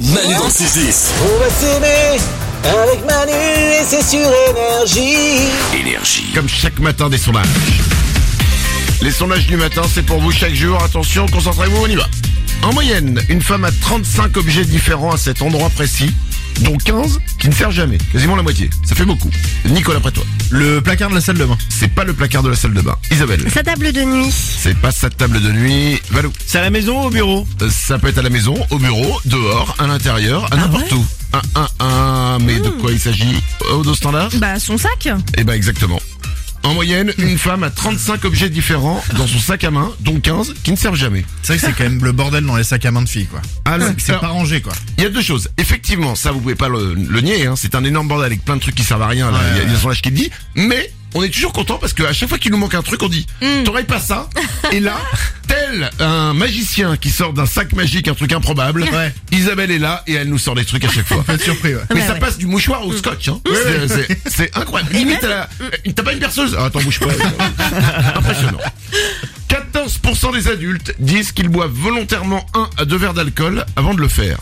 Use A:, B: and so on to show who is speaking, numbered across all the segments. A: Manu dans le 6-10.
B: On va s'aimer avec Manu et c'est sur énergie.
A: Énergie.
C: comme chaque matin des sondages. Les sondages du matin, c'est pour vous chaque jour. Attention, concentrez-vous, on y va. En moyenne, une femme a 35 objets différents à cet endroit précis, dont 15 qui ne servent jamais. Quasiment la moitié. Ça fait beaucoup. Nicolas, après toi.
D: Le placard de la salle de bain.
C: C'est pas le placard de la salle de bain. Isabelle.
E: Sa table de nuit.
C: C'est pas sa table de nuit. Valou.
D: C'est à la maison ou au bureau
C: Euh, Ça peut être à la maison, au bureau, dehors, à
E: Ah
C: l'intérieur, à n'importe où. Un, un, un. Mais de quoi il s'agit euh, Au dos standard
E: Bah, son sac.
C: Eh ben exactement. En moyenne, une femme a 35 objets différents dans son sac à main, dont 15 qui ne servent jamais.
D: C'est vrai que c'est quand même le bordel dans les sacs à main de filles, quoi. Ah,
C: Alors,
D: C'est pas rangé, quoi.
C: il y a deux choses. Effectivement, ça vous pouvez pas le, le nier, hein, c'est un énorme bordel avec plein de trucs qui servent à rien, là, il y a- il y a son âge qui le dit, mais on est toujours content parce qu'à chaque fois qu'il nous manque un truc, on dit t'aurais pas ça Et là, tel un magicien qui sort d'un sac magique un truc improbable,
D: Ouais.
C: Isabelle est là et elle nous sort des trucs à chaque fois.
D: Pas de surpris, ouais.
C: Mais
E: Ouais,
C: ça
E: ouais.
C: passe du mouchoir au scotch, hein. C'est- c'est- C'est incroyable. Limite, elle a- euh, t'as pas une perceuse Ah, Attends, bouge pas. Impressionnant. 14% des adultes disent qu'ils boivent volontairement un à deux verres d'alcool avant de le faire.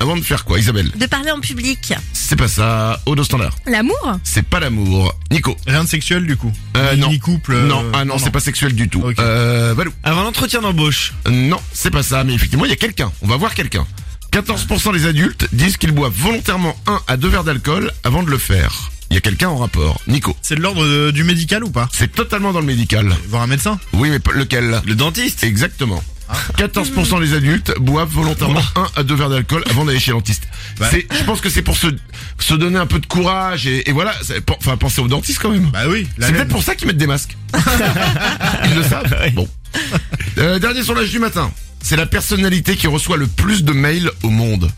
C: Avant de faire quoi, Isabelle
E: De parler en public.
C: C'est pas ça. Au dos standard.
E: L'amour
C: C'est pas l'amour. Nico.
D: Rien de sexuel, du coup.
C: Euh,
D: ni,
C: non.
D: ni couple. euh,
C: Non, ah non, c'est pas sexuel du tout.
D: Ok.
C: Euh, Balou.
F: Avant l'entretien d'embauche,
C: Non, c'est pas ça, mais effectivement, il y a quelqu'un. On va voir quelqu'un. 14% des adultes disent qu'ils boivent volontairement un à deux verres d'alcool avant de le faire. Il y a quelqu'un en rapport. Nico.
D: C'est de l'ordre de- du médical ou pas
C: C'est totalement dans le médical.
D: Voir un médecin
C: Oui, mais pas- lequel
F: le dentiste.
C: Exactement.
D: Ah.
C: 14% des adultes boivent volontairement un à deux verres d'alcool avant d'aller chez le dentiste.
D: Bah.
C: C'est, je pense que c'est pour se, se donner un peu de courage et, et voilà, c'est pour- enfin penser au dentiste quand même.
D: Bah oui. la
C: C'est
D: laine.
C: peut-être pour ça qu'ils mettent des masques. Ils le savent. Bon. Euh, dernier sondage du matin. C'est la personnalité qui reçoit le plus de mails au monde.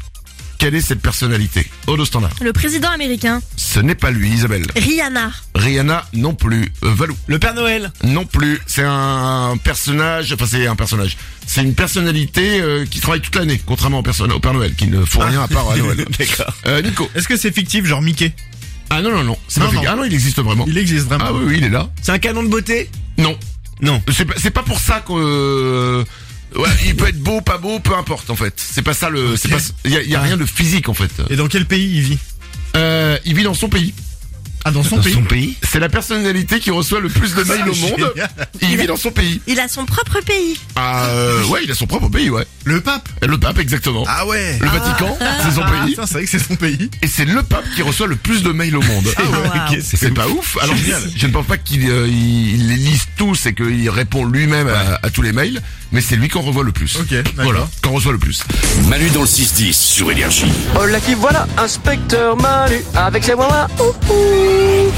C: Quelle est cette personnalité Odo standard.
E: Le président américain.
C: Ce n'est pas lui, Isabelle.
E: Rihanna.
C: Rihanna non plus. Euh, Valou
F: Le Père Noël.
C: non plus. C'est un personnage. Enfin, c'est un personnage. C'est une personnalité euh, qui travaille toute l'année, contrairement au, perso- au Père Noël, qui ne font rien à part à Noël.
F: D'accord.
C: Euh, Nico.
D: Est-ce que c'est fictif, genre Mickey
C: Ah non non non. C'est pas
D: Non,
C: fait-
D: non.
C: Ah non, il existe vraiment.
D: Il existe vraiment.
C: Ah oui, oui, il est là.
F: C'est un canon de beauté
C: Non.
F: Non.
C: C'est pas, c'est pas pour ça que. euh, Ouais, il peut être beau, pas beau, peu importe en fait. C'est pas ça le. C'est
D: Ok.
C: pas. Il y a, y a rien de physique en fait.
D: Et dans quel pays il vit
C: Euh, il vit dans son pays.
D: Ah, dans son pays.
C: pays. C'est la personnalité qui reçoit le plus de mails au monde.
D: Génial.
C: Il vit dans son pays.
E: Il a son propre pays.
C: Ah euh, ouais, il a son propre pays, ouais.
D: Le pape
C: Le pape exactement.
D: Ah ouais
C: Le Vatican, c'est son
D: Ah,
C: pays.
D: putain, c'est vrai que c'est son pays.
C: Et c'est le pape qui reçoit le plus de mails au monde.
E: Ah ouais.
D: ok, c'est-
C: C'est pas ouf. Alors
D: Génial.
C: je ne pense pas qu'il euh, il- il les lise tous et qu'il répond lui-même à, à tous les mails, mais c'est lui qu'on revoit le plus.
D: Ok, d'accord.
C: voilà, qu'on reçoit le plus.
A: Manu dans le 6-10 sur Énergie.
B: Oh là qui voilà, inspecteur Manu avec ses voix. ouh, ouh.